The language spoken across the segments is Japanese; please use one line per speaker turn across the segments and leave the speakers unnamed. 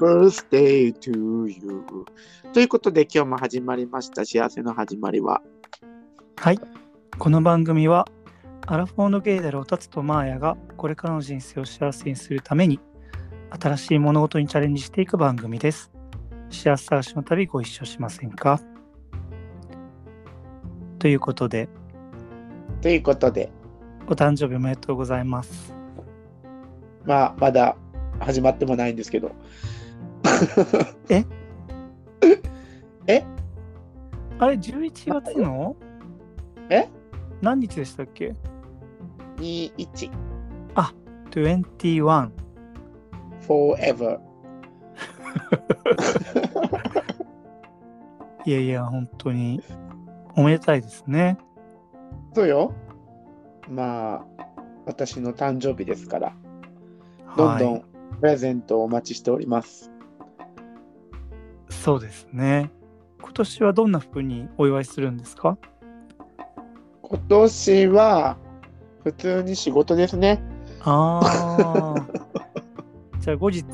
birthday to you ということで今日も始まりました幸せの始まりは
はい。この番組は、アラフォーのゲイであるオタツとマーヤが、これからの人生を幸せにするために、新しい物事にチャレンジしていく番組です。幸せ探しの旅ご一緒しませんかということで、
ということで
お誕生日おめでとうございます。
まあまだ始まってもないんですけど
え
え
あれ、11月の
え
何日でしたっけ
21
?21。
forever
いやいや、本当に、おめでたいですね。
そうよまあ私の誕生日ですからどんど
はい
んプレゼントをお待ちしております、
そうですね。今年はどんな風にお祝いするんですか
今年は普通に仕事ですね
あ あ。じゃあ後日、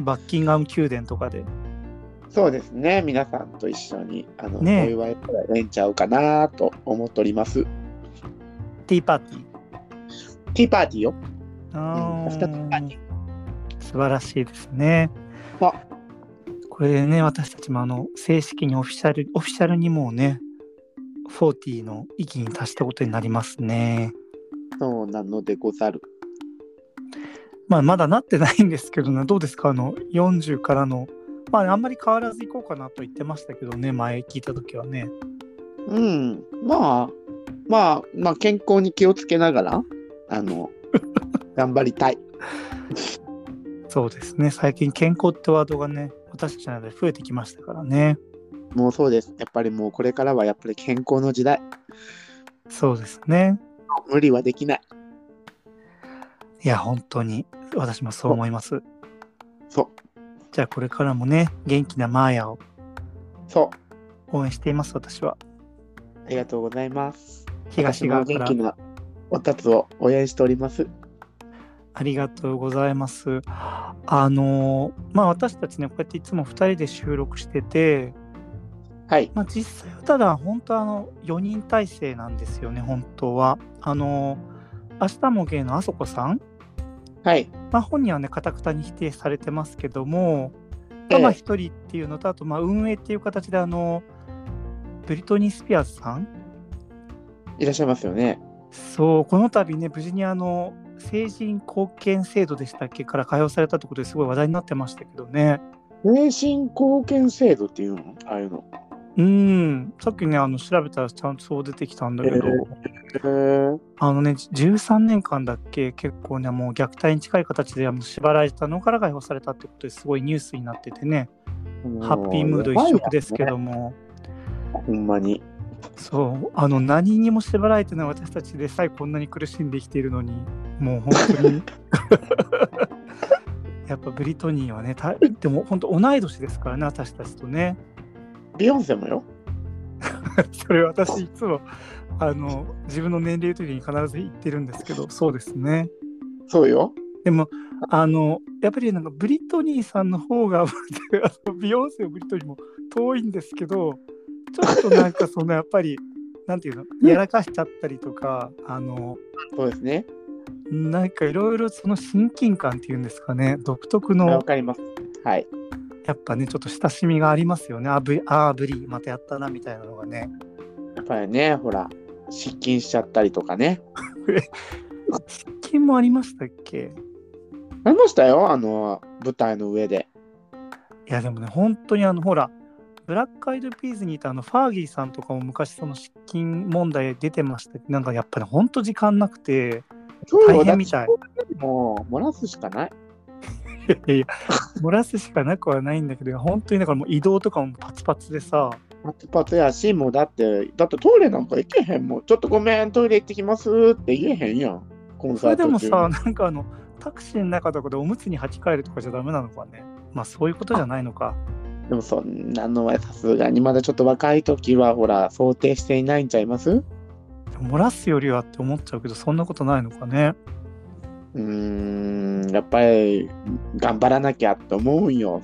バッキンガム宮殿とかで。
そうですね、皆さんと一緒にあの、
ねえ
お祝いくらいれんちゃうかなと思っております。
ティーパーティー。
ティーパーティーよ。
あ
うんアフターティーパー
ー素晴らしいですね。
あ
これでね、私たちもあの正式にオフィシャル、オフィシャルにもうね、40の域に達したことになりますね。
そうなのでござる。
まあ、まだなってないんですけどね、どうですか、あの40からの、まあ、あんまり変わらず行こうかなと言ってましたけどね、前聞いた時はね。
うん、まあ、まあ、まあ、健康に気をつけながら、あの、 頑張りたい。
そうですね、最近健康ってワードがね、私たちの間で増えてきましたからね。
もうそうです。やっぱりもうこれからはやっぱり健康の時代。
そうですね。
無理はできない。
いや、本当に、私もそう思います。
そう、
じゃあ、これからもね、元気なマーヤを
そう。
応援しています、私は。
ありがとうございます。
東側
私
か
も
ら
元気なおたつを応援しております。
ありがとうございます。あのーまあ、私たちね、こうやっていつも2人で収録してて、
はい。
まあ、実際はただ本当あの4人体制なんですよね本当はあの明日も芸のあそこさん、
はい。
まあ、本人はねかたくたに否定されてますけども、
え
まあ
え
まあ一人っていうのとあとまあ運営っていう形であのブリトニー・スピアーズさん
いらっしゃいますよね。
そうこの度ね無事にあの成人貢献制度でしたっけから解放されたってことですごい話題になってましたけどね
精神貢献制度っていうのああいうの。
うんさっきねあの調べたらちゃんとそう出てきたんだけど、
ええ
あのね、13年間だっけ、結構ね、もう虐待に近い形であの縛られたのから解放されたってことですごいニュースになっててね、ハッピームード一色ですけ
ど。
ども、
ほんまに。
そう、あの、何にも縛られてない私たちでさえこんなに苦しんで生きているのに、もう本当に。やっぱブリトニーはね、たでも本当同い年ですからね、私たちとね。
ビヨンセもよ。
それ私いつもあの自分の年齢という時に必ず言ってるんですけど、そうですね。
そうよ。
でも、あの、やっぱりなんかブリトニーさんの方が、あ のビヨンセもブリトニーも遠いんですけど、ちょっとなんかそのやっぱり、なんていうの、やらかしちゃったりとか、あの、
そうですね。
なんかいろいろその親近感っていうんですかね、独特
わ
の、
かります。はい。
やっぱね、ちょっと親しみがありますよね。あ、ブリ、あー、ブリ、またやったな、みたいなのがね。
やっぱりね、ほら、失禁しちゃったりとかね。
失禁もありましたっけ
ありましたよ、あの、舞台の上で。
いや、でもね、本当にあの、ほら、ブラックアイドピーズにいたあのファーギーさんとかも昔その失禁問題出てましたけどなんかやっぱり本当時間なくて
そうよ
大変みたい。
だってもう、漏らすしかない。
いやいや漏らすしかなくはないんだけど本当にだからもう移動とかもパツパツでさ
パツパツやし、もうだって、だってトイレなんか行けへんもん。ちょっとごめん、トイレ行ってきますって言えへんやん。コン
そ
サー
れ
ト中
でも
に
さなんかあのタクシーの中とかでおむつに履き替えるとかじゃダメなのかねまあそういうことじゃないのか
でもそんなのはさすがにまだちょっと若い時はほら想定していないんちゃいます
漏らすよりはって思っちゃうけどそんなことないのかね
うーん、やっぱり頑張らなきゃって思うんよ。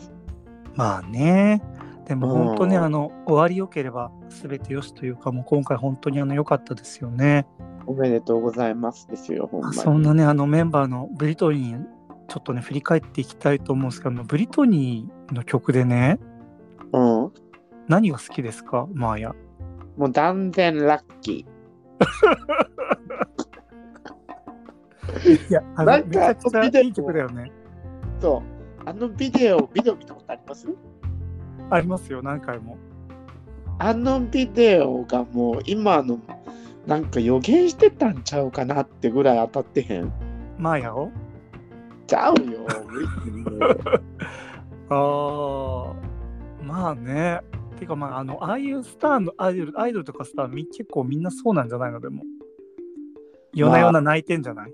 まあね。でも
うん
本当ね、あの、終わり良ければ全て良しというか、もう今回本当にあの良かったですよね。
おめでとうございますですよ、ほんま
あ
に。
そんなね、あのメンバーのブリトニー、ちょっとね、振り返っていきたいと思うんですけど、あのブリトニーの曲でね、
うん。も
何が好きですかマーヤ。
う断然ラッキ
いや、あ
な
の
んか
めちゃくちゃいい曲だよね。
ー。そう。あのビデオ、ビデオ見たことあります
ありますよ、何回も。
あのビデオがもう今のなんか予言してたんちゃうかなってぐらい当たってへん。
マーヤを
ちゃうよ。無理
ああ、まあね。てかまあ、あの、ああいうスターのアイドル、アイドルとかスターみ、結構みんなそうなんじゃないのでも。夜な夜な泣いてんじゃない、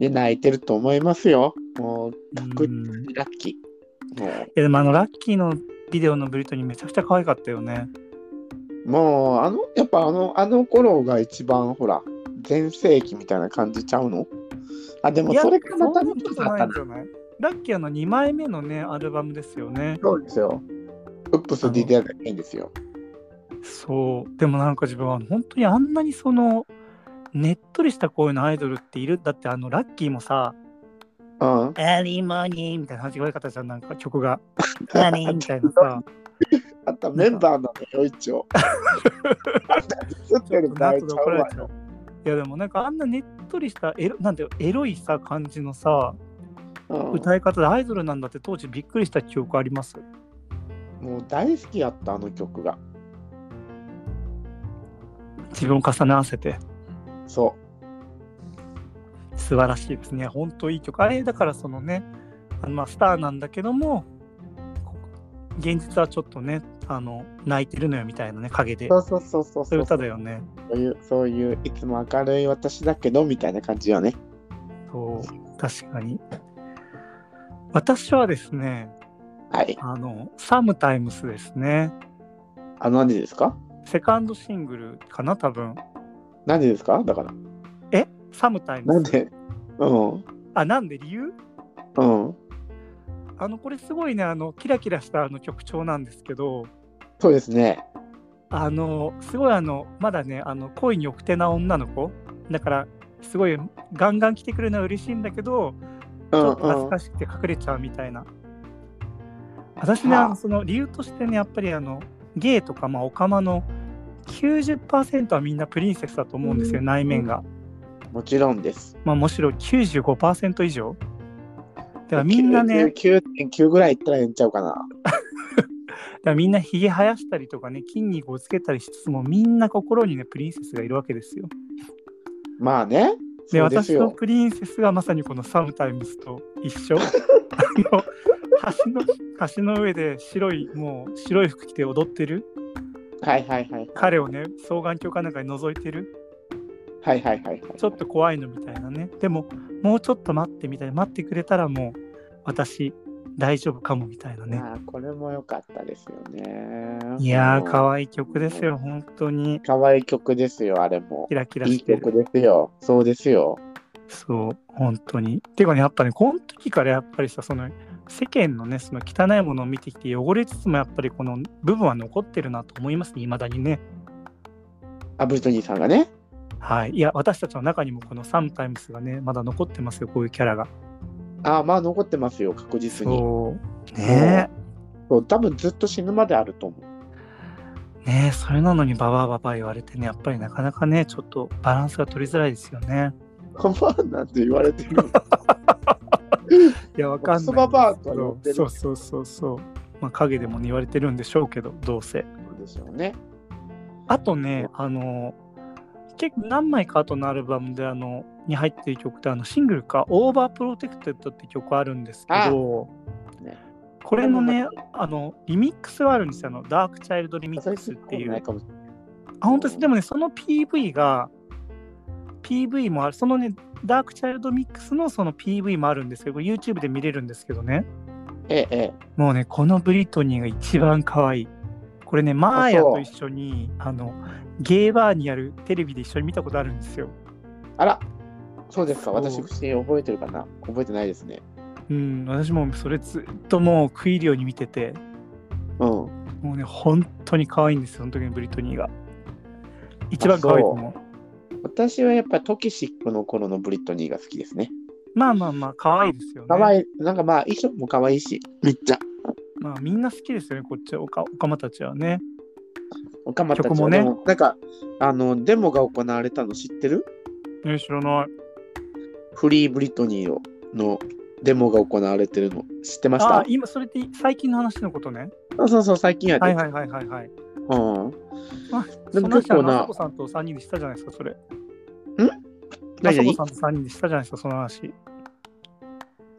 で泣いてると思いますよ。もう確
うん。い
ラッキー。もう
やでもあの、ラッキーのビデオのブリトニーめちゃくちゃ可愛かったよね。
もうあのやっぱあのあの頃が一番ほら全盛期みたいな感じちゃうのあでも
いや
それがまた
そんなことないんじゃないラッキーあの2枚目のね、アルバムですよね。
そうですよウップス DDR がいいんですよ
そう。でもなんか自分は本当にあんなにその、ねっとりした声のアイドルっているだってあのラッキーもさ、
うん
アリモニーみたいな間違い方じゃん、なんか曲が。ア リーみたいなさ。
あとメンバーなのよ一応あんた映ってる場合ち
後で
ゃう
怒ら
わ
れちゃう。いやでもなんかあんなねっとりしたエロなんていうのエロいさ感じのさ
うん
歌い方でアイドルなんだって当時びっくりした記憶あります
もう大好きやったあの曲が
自分を重ね合わせて
そ
素晴らしいですね本当いい曲あれだからそのねあのまあスターなんだけどもこ現実はちょっとねあの泣いてるのよみたいなね影
う
で
そうそうそうそう
そう
そ
いうう歌だよね
そういうそういういつも明るい私だけどみたいな感じよね
そう確かに私はですね
はい
あの、サムタイムスですね。
あ何ですか
セカンドシングルかな、多分。
何ですかだから
えサムタイムス
なんでうん
あ、なんで理由
うん
あの、これすごいね、あの、キラキラしたあの曲調なんですけど、
そうですね
あの、すごいあの、まだね、あの、恋に奥手な女の子。だから、すごいガンガン来てくれるのは嬉しいんだけど、
う
ち
んう
ょっと恥ず
ん
かしくて隠れちゃうみたいな。私ね、
はあ
あのその理由としてね、やっぱりあの、ゲイとか、まあ、オカマの90%はみんなプリンセスだと思うんですよ、
うん
内面が。
もちろんです。
まあ、むしろ95%以上。だからみんなね、
99.9ぐらいいったらええんちゃうかな。
だからみんなひげ生やしたりとかね、筋肉をつけたりしつつも、みんな心にね、プリンセスがいるわけですよ。
まあね。
で、
そうです
私の
よ。
プリンセスがまさにこのサムタイムスと一 緒。あの橋の橋の上で白い、もう白い服着て踊ってる
はいはいはい。
彼をね、双眼鏡かなんかに覗いてる、
はいはいはい、はい。
ちょっと怖いのみたいなね。でも、もうちょっと待ってみたいな、待ってくれたらもう、私、大丈夫かもみたいなね。
まあこれも良かったですよね。
いやー、
か
可愛い曲ですよ、本当に。
かわいい曲ですよ、あれも
キ。ラキラ
いい
して
曲
る。
ですよ。そうですよ。
そう、本当に。てかね、やっぱね、この時からやっぱりさ、その世間のね、その汚いものを見てきて、汚れつつもやっぱりこの部分は残ってるなと思いますね、未だにね。
あ、ブリトニーさんがね。
はい。いや、私たちの中にもこのサムタイムスがね、まだ残ってますよ、こういうキャラが。
あまあ残ってますよ、確実に。
そう。ね
そう多分ずっと死ぬまであると思う。
え。ねえ、それなのにババアババア言われてね、やっぱりなかなかね、ちょっとバランスが取りづらいですよね。
カバーなんて言われてる。
いや、わかんないです
クソ
けど。
ババアとは言ってる
そうそうそうそう。まあ、影でもね言われてるんでしょうけど、どうせ。
でしょうね。
あとね、あの、結構何枚か後のアルバムで、あの、に入ってる曲って、あの、シングルか、オーバープロテクテッドって曲あるんですけど、
ね
これのね、あの、リミックスがあるんですよ、あの、ダークチャイルドリミッ
それ
ク
す
スっ
ってて
い。
いうないかもしれない。
あ、本当です。でもね、その PV が、PV もある、そのね、ダークチャイルドミックスのその PV もあるんですけど、これ YouTube で見れるんですけどね。
ええ、ええ。
もうね、このブリトニーが一番可愛い。これね、マーヤと一緒に、あの、ゲーバーにあるテレビで一緒に見たことあるんですよ。
あら、そうですか、
そう
私、不正覚えてるかな覚えてないですね。
うん、私もそれずっともう食い入るように見てて、
うん。
もうね、本当に可愛いんですよ、その時のブリトニーが。一番可愛いと思う。
私はやっぱトキシックの頃のブリットニーが好きですね。
まあまあまあ、可愛いですよね。
可愛い、なんかまあ、衣装も可愛いし、めっちゃ。
まあ、みんな好きですよね、こっちは、おかおかまたちはね。
おかまたちは
曲もね
でもなんか、あの、デモが行われたの知ってる
ね、知らない。
フリーブリットニーをのデモが行われてるの知ってまし
あ
た
あ、今、それって最近の話のことね。
そうそうそう、最近やで。
はいはいはいはいはい。
うん。
あ
で
そ
も
の話
結構
は、あ
な
さこ、さんと3人でしたじゃないですか、それ。あ
何
さこ
何
さんと3人でしたじゃないですか、その話。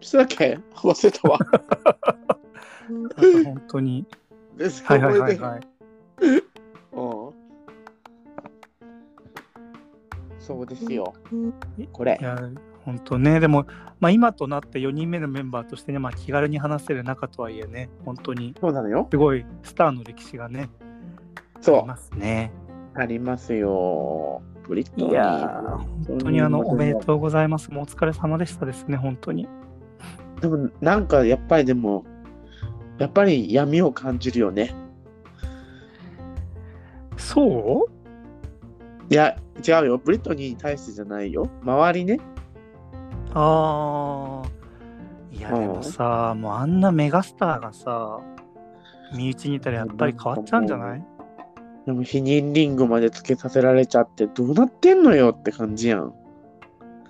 したっけ忘れた わ。
なんか本当に。
です
はいはいはいはい。
うんそうですよ。これ
い。や、本当ね、でも、まあ、今となって4人目のメンバーとしてね、まあ、気軽に話せる仲とはいえね、本当に
そうなのよ。
すごいスターの歴史がね、あり
そ
ますね。
う。ありますよ。ブリットニー。
いやー本当にあの、おめでとうございます。もうお疲れ様でしたですね、本当に。
でもなんかやっぱりでも、やっぱり闇を感じるよね。
そう
いや、違うよ。ブリットニーに対してじゃないよ。周りね。
ああ。いや、
うん
でもさ、もうあんなメガスターがさ、身内にいたらやっぱり変わっちゃうんじゃない
でも否認リングまでつけさせられちゃって、どうなってんのよって感じやん。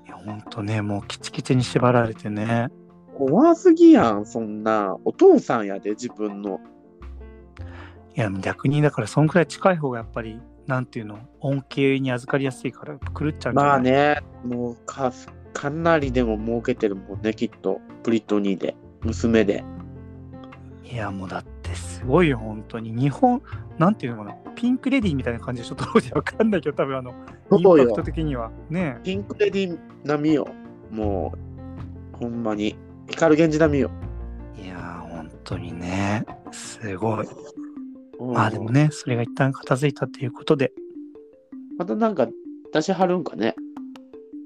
いや、ほんとね、もうキチキチに縛られてね。
怖すぎやん、そんな。お父さんやで、自分の。
いや、逆にだから、そんくらい近い方がやっぱり、なんていうの、恩恵に預かりやすいから、狂っちゃうんじゃない
まあ。ね、もうか、かなりでも儲けてるもんね、きっと。ブリトニーで、娘で。
いや、もうだってすごいよ、本当に。日本、なんていうのかな、ピンクレディーみたいな感じでしょ、当時わかんないけど、多分あの、イン
そう
パク
よ
ト。的には。ね
ピンクレディ並みよ。もう、ほんまに。光源氏並みよ。
いやー、本当にね、すごい。
うん
まあでも。ね、それが一旦片付いたということで、
またなんか出しはるんかね。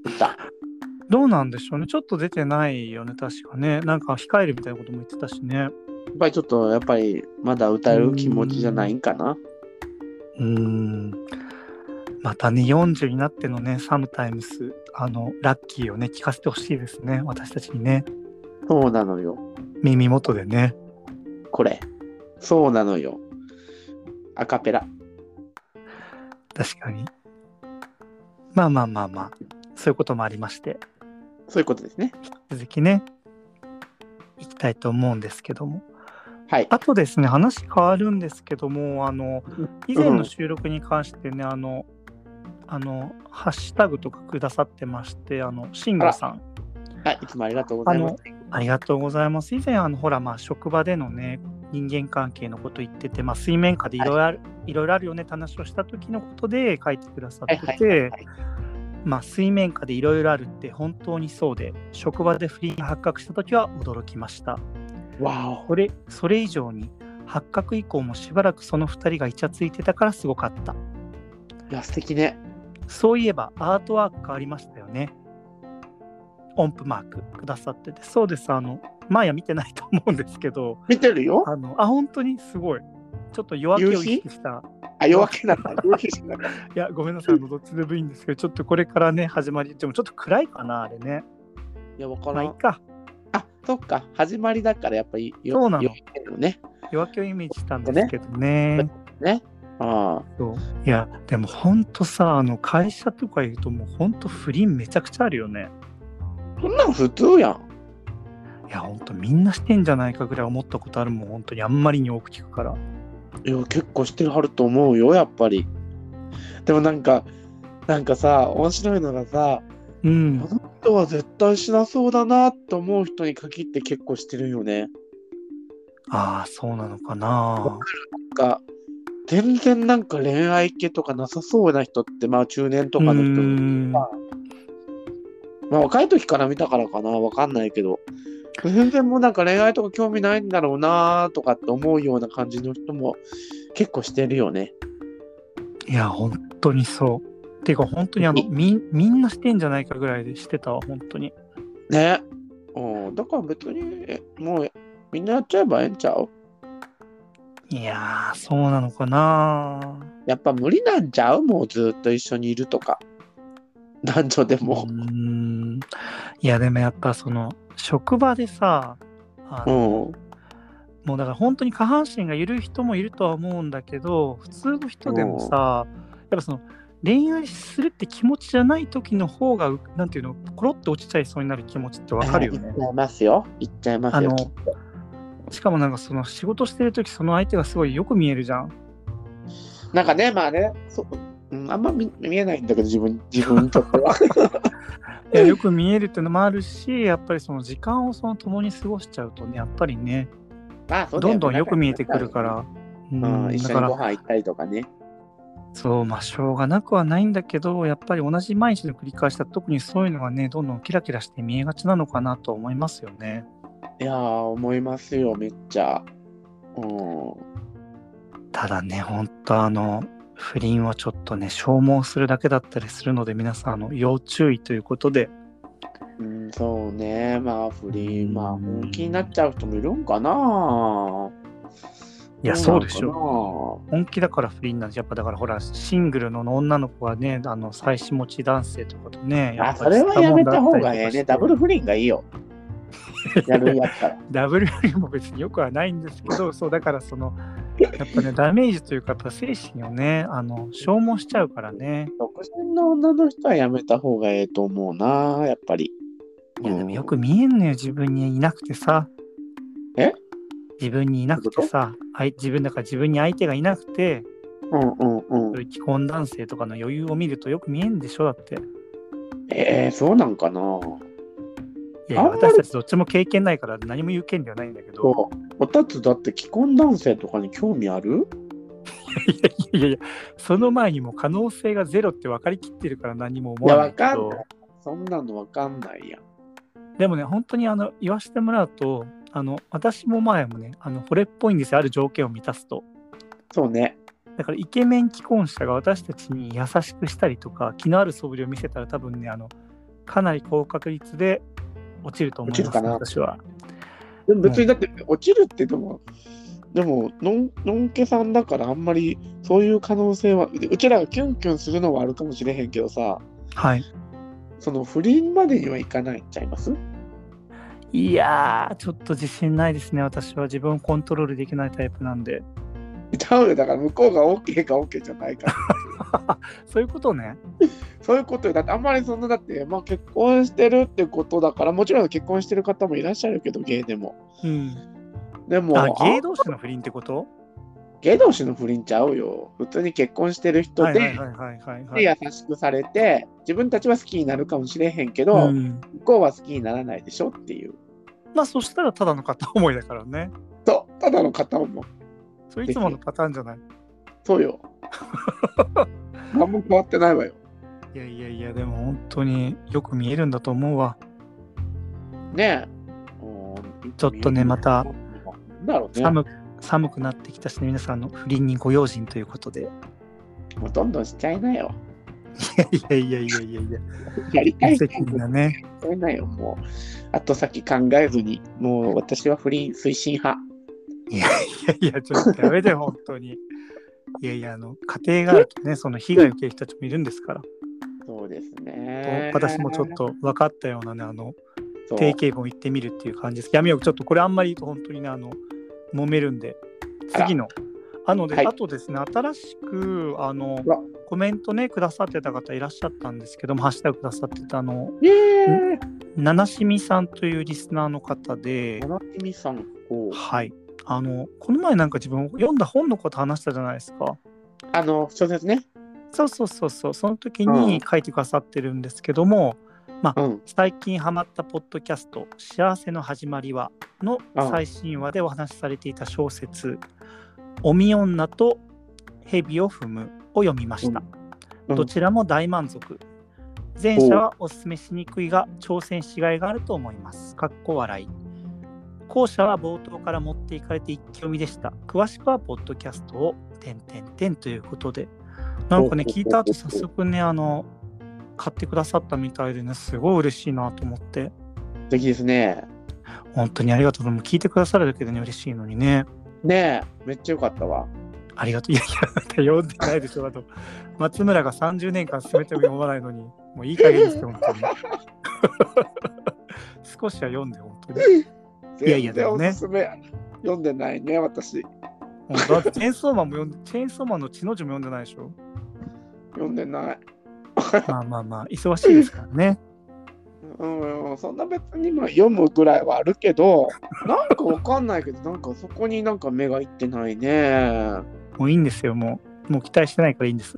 歌。
どうなんでしょうね、ちょっと出てないよね、確かね。なんか控えるみたいなことも言ってたしね。
やっぱりちょっと、やっぱり、まだ歌える気持ちじゃないんかな。
うーん。またね、40になってのね、サムタイムス、あの、ラッキーをね、聞かせてほしいですね、私たちにね、
そうなのよ。
耳元でね。
これ。そうなのよ。アカペラ。
確かに。まあまあまあまあ、そういうこともありまして、
そういうことですね。
続きね、いきたいと思うんですけども。
はい。
あとですね、話変わるんですけども、あの
うん、
以前の収録に関してね、あの、あの、ハッシュタグとかくださってまして、あの、慎吾さん、
はい。いつもありがとうございます。
ありがとうございます。以前、あの、ほら、まあ、職場でのね、人間関係のこと言ってて、まあ、水面下でいろいろある、いろいろあるよねって話をした時のことで書いてくださってて、
はい
まあ、水面下でいろいろあるって本当にそうで、職場で不倫が発覚した時は驚きました。
わ
これそれ以上に発覚以降もしばらくその2人がイチャついてたからすごかった
お。いや、素敵ね。
そういえばアートワーク変わりましたよね音符マークくださっててそうですあのマーヤ見てないと思うんですけど
見てるよ。
あのあ本当にすごいちょっと夜明けを意識した
あ、夜明けなん だ。夜明けじゃなかった
いやごめんなさいあ のどっちでもいいんですけどちょっとこれからね始まりでもちょっと暗いかなあれね
いや、わから
まあいい
ん。
か
あ、そっか。始まりだから、やっぱり夜
そうなの
夜明けのね。
夜明けをイメージしたんですけどね
ね。ああ。
そういやでもほんとさあの会社とかいるともうほんと不倫めちゃくちゃあるよね
そんなん普通やん。
いやほんとみんなしてんじゃないかぐらい思ったことあるもん本当にあんまりに多く聞くから
いや、結構してるはると思うよ、やっぱり。でもなんか、なんかさ、面白いのがさ、
うん
人は絶対しなそうだなと思う人に限って結構してるよね。
ああそうなのかな
なんか、全然なんか恋愛系とかなさそうな人って、まあ中年とかの
うー
人、
ん
まあ若い時から見たからかな、わかんないけど、全然もうなんか恋愛とか興味ないんだろうなとかって思うような感じの人も結構してるよね。
いや本当にそうていうか、本当にあの
い
み、みんなしてんじゃないかぐらいでしてたわ、本当に。
ね。うん、だから別に、えもうみんなやっちゃえばええんちゃう
いやー、そうなのかな
やっぱ無理なんちゃうもうずっと一緒にいるとか。男女でも
う。ーん。いや、でもやっぱその、職場でさ、あ
う
の
ん。
もうだから本当に下半身が緩い人もいるとは思うんだけど、普通の人でもさ、やっぱその、恋愛するって気持ちじゃない時の方が、うなんていうの、コロッと落ちちゃいそうになる気持ちってわかるよ
い
ね
っ。ちゃいますよ。いっちゃいますよ。
あの
きっと
しかもなんかその仕事してる時その相手がすごいよく見えるじゃん。
なんかね、まあね、そううん、あんま見見えないんだけど、自分、自分にとって は。
いやよく見えるっていうのもあるしやっぱりその時間をその共に過ごしちゃうとねやっぱりね
まあ、そうだ
ど
よ
んどんよく見えてくるから。。う
うん、
ん、
一
だ
緒
か
にご
ら
飯行ったりとかね。
そうまあしょうがなくはないんだけどやっぱり同じ毎日の繰り返しだと特にそういうのがねどんどんキラキラして見えがちなのかなと思いますよね。
いやー、思いますよ、めっちゃ。うん。
ただねほんとあの不倫はちょっとね消耗するだけだったりするので皆さんあの要注意ということで
うん、そうね。まあ、不倫、まあ、
うん
本気になっちゃう人もいるんかな。
いやそうでしょ。
ょ。
本気だから不倫なんですやっぱだからほらシングルの女の子がねあの妻子持ち男性とかとねや
あ、
っ
そ
ぱり
れはやめた方がええね。ダ
ダブ
ブ
ル
ル不倫がいいよ。 やるんやったら。
ダブルよりも別によくはないんですけ どそうだからそのやっぱねダメージというかやっぱ精神をねあの消耗しちゃうからね
独身の女の人はやめた方がええと思うな、やっぱり。
いやでもよく
うん
見えんのよ自分にいなくてさ
え
自分にいなくてさあい自分だから自分に相手がいなくて
うんうん。
そううんいう既婚男性とかの余裕を見るとよく見えんでしょだって
ええそうなんかな。
いや
あ
いや
んまり
私たちどっちも経験ないから何も言う権利はないんだけど
そうおたつだって既婚男性とかに興味ある
いやいやいや、その前にもう可能性がゼロって分かりきってるから何も思
いや、
わな
わ
いけど。
かんない。そんなのわかんないやん。
でもね、本当にあの言わせてもらうと、あの私も前もね、あの惚れっぽいんですよ、ある条件を満たすと。
そうね。
だからイケメン既婚者が私たちに優しくしたりとか、気のある素振りを見せたら多分ね、あのかなり高確率で落ちると思い
落
ま
ちる
す、
かな
私は。
でも別にだって落ちるってでも、でものん、のんけさんだからあんまりそういう可能性は、うちらがキュンキュンするのはあるかもしれへんけどさ、
はい。
その不倫までにはいかないんちゃいます
いやー、ちょっと自信ないですね、私は。自分をコントロールできないタイプなんで。
ちゃうよ、だから向こうが OK か OK じゃない から。
そういうことね。
そういうことよ。だってあんまりそんな、だって、まあ結婚してるってことだから、もちろん結婚してる方もいらっしゃるけど、ゲイでも。
うん。
でも、
あ、芸
あ
同士の不倫ってこと
ゲイ同士の不倫ちゃうよ。普通に結婚してる人で、
はいはいはいはいはい、はい
で優しくされて、自分たちは好きになるかもしれへんけど、
うん
向こうは好きにならないでしょっていう。
まあそしたらただの片思いだからね
そう、ただの片思い。
それいつものパターンじゃない
そう よ。何も変わってないわよ。
いやいやいやでも本当によく見えるんだと思うわ
ねえ。うん
ちょっとねまた。
なんだろうね。
寒く寒くなってきたしね皆さんあの不倫にご用心ということで い
もうどんどんしちゃいなよ。
やいやいやいやいや
やりた
無
い
責任だね
それなんよ、もう。後先考えずに、もう私は不倫推進派。
いやいやいやちょっとやめて本当にいやいやあの家庭があるとねその被害を受ける人たちもいるんですから、
そうですね。
私もちょっと分かったようなねあの
そう、
定型文行ってみるっていう感じです。闇をちょっとこれあんまり本当にね、あの、揉めるんで、
あら
次の。あので、
はい
あとですね、新しく、あの
うわ、
コメントね、くださってた方いらっしゃったんですけども、ハッシュタグくださってた、あの、
ええ
七しみさんというリスナーの方で
ー、、おなじみさん、こう
はい。あの、この前なんか自分読んだ本のこと話したじゃないですか。
あの、小説ね。
そうそうそうそう、その時に書いてくださってるんですけども、
うん。
最近ハマったポッドキャスト「幸せの始まりは」の
うん
最新話でお話しされていた小説「おみ女と蛇を踏む」を読みました、
うん
どちらも大満足前者はおすすめしにくいが挑戦しがいがあると思いますかっこ笑い後者は冒頭から持っていかれて一気読みでした詳しくはポッドキャストを点点点ということで
ほう
なんかね、
ほうほうほう
聞いた後早速ね、あの、買ってくださったみたいでね、すごい嬉しいなと思って、
素敵ですね。
本当にありがとう。もう聞いてくださるだけでね、嬉しいのにね。
ねえ、めっちゃ良かったわ。
ありがとう。いやいや、読んでないでしょ、だと。松村が30年間全てを読まないのに、もういい加減ですよ、本当に。 少しは読んで、本当に。いやいや
全然
でもね
おすすめ読んでないね、私。
もうだってチェーンソーマンも読んで、チェーンソーマンの血の字も読んでないでしょ。
読んでない。
まあまあまあ、忙しいですからね。
うん、そんな別にまあ読むぐらいはあるけど、 なんかわかんないけど、なんかそこになんか目がいってないね。
もういいんですよ、もう。もう期待してないからいいんです。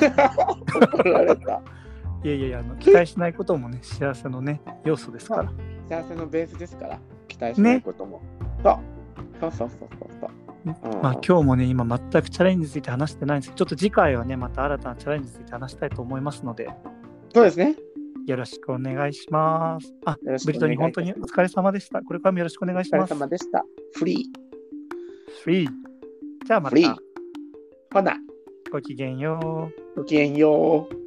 怒られ た。
いやいやいや、あの期待しないこともね、幸せのね、要素ですから。
幸せのベースですから、期待しないことも。そうそうそうそうそうそう。
まあ今日もね、今全くチャレンジについて話してないんですけど、ちょっと次回はね、また新たなチャレンジについて話したいと思いますので、
そうですね。
よろしくお願いします。あ、
よろしくお願いいたします
ブリトニー、本当にお疲れ様でした。これからもよろしくお願いし
お疲れ
ます。
様でした。フリー。
フリー。じゃあま
フリー
た、。
ほな、
ごきげんよう。
ごきげんよう。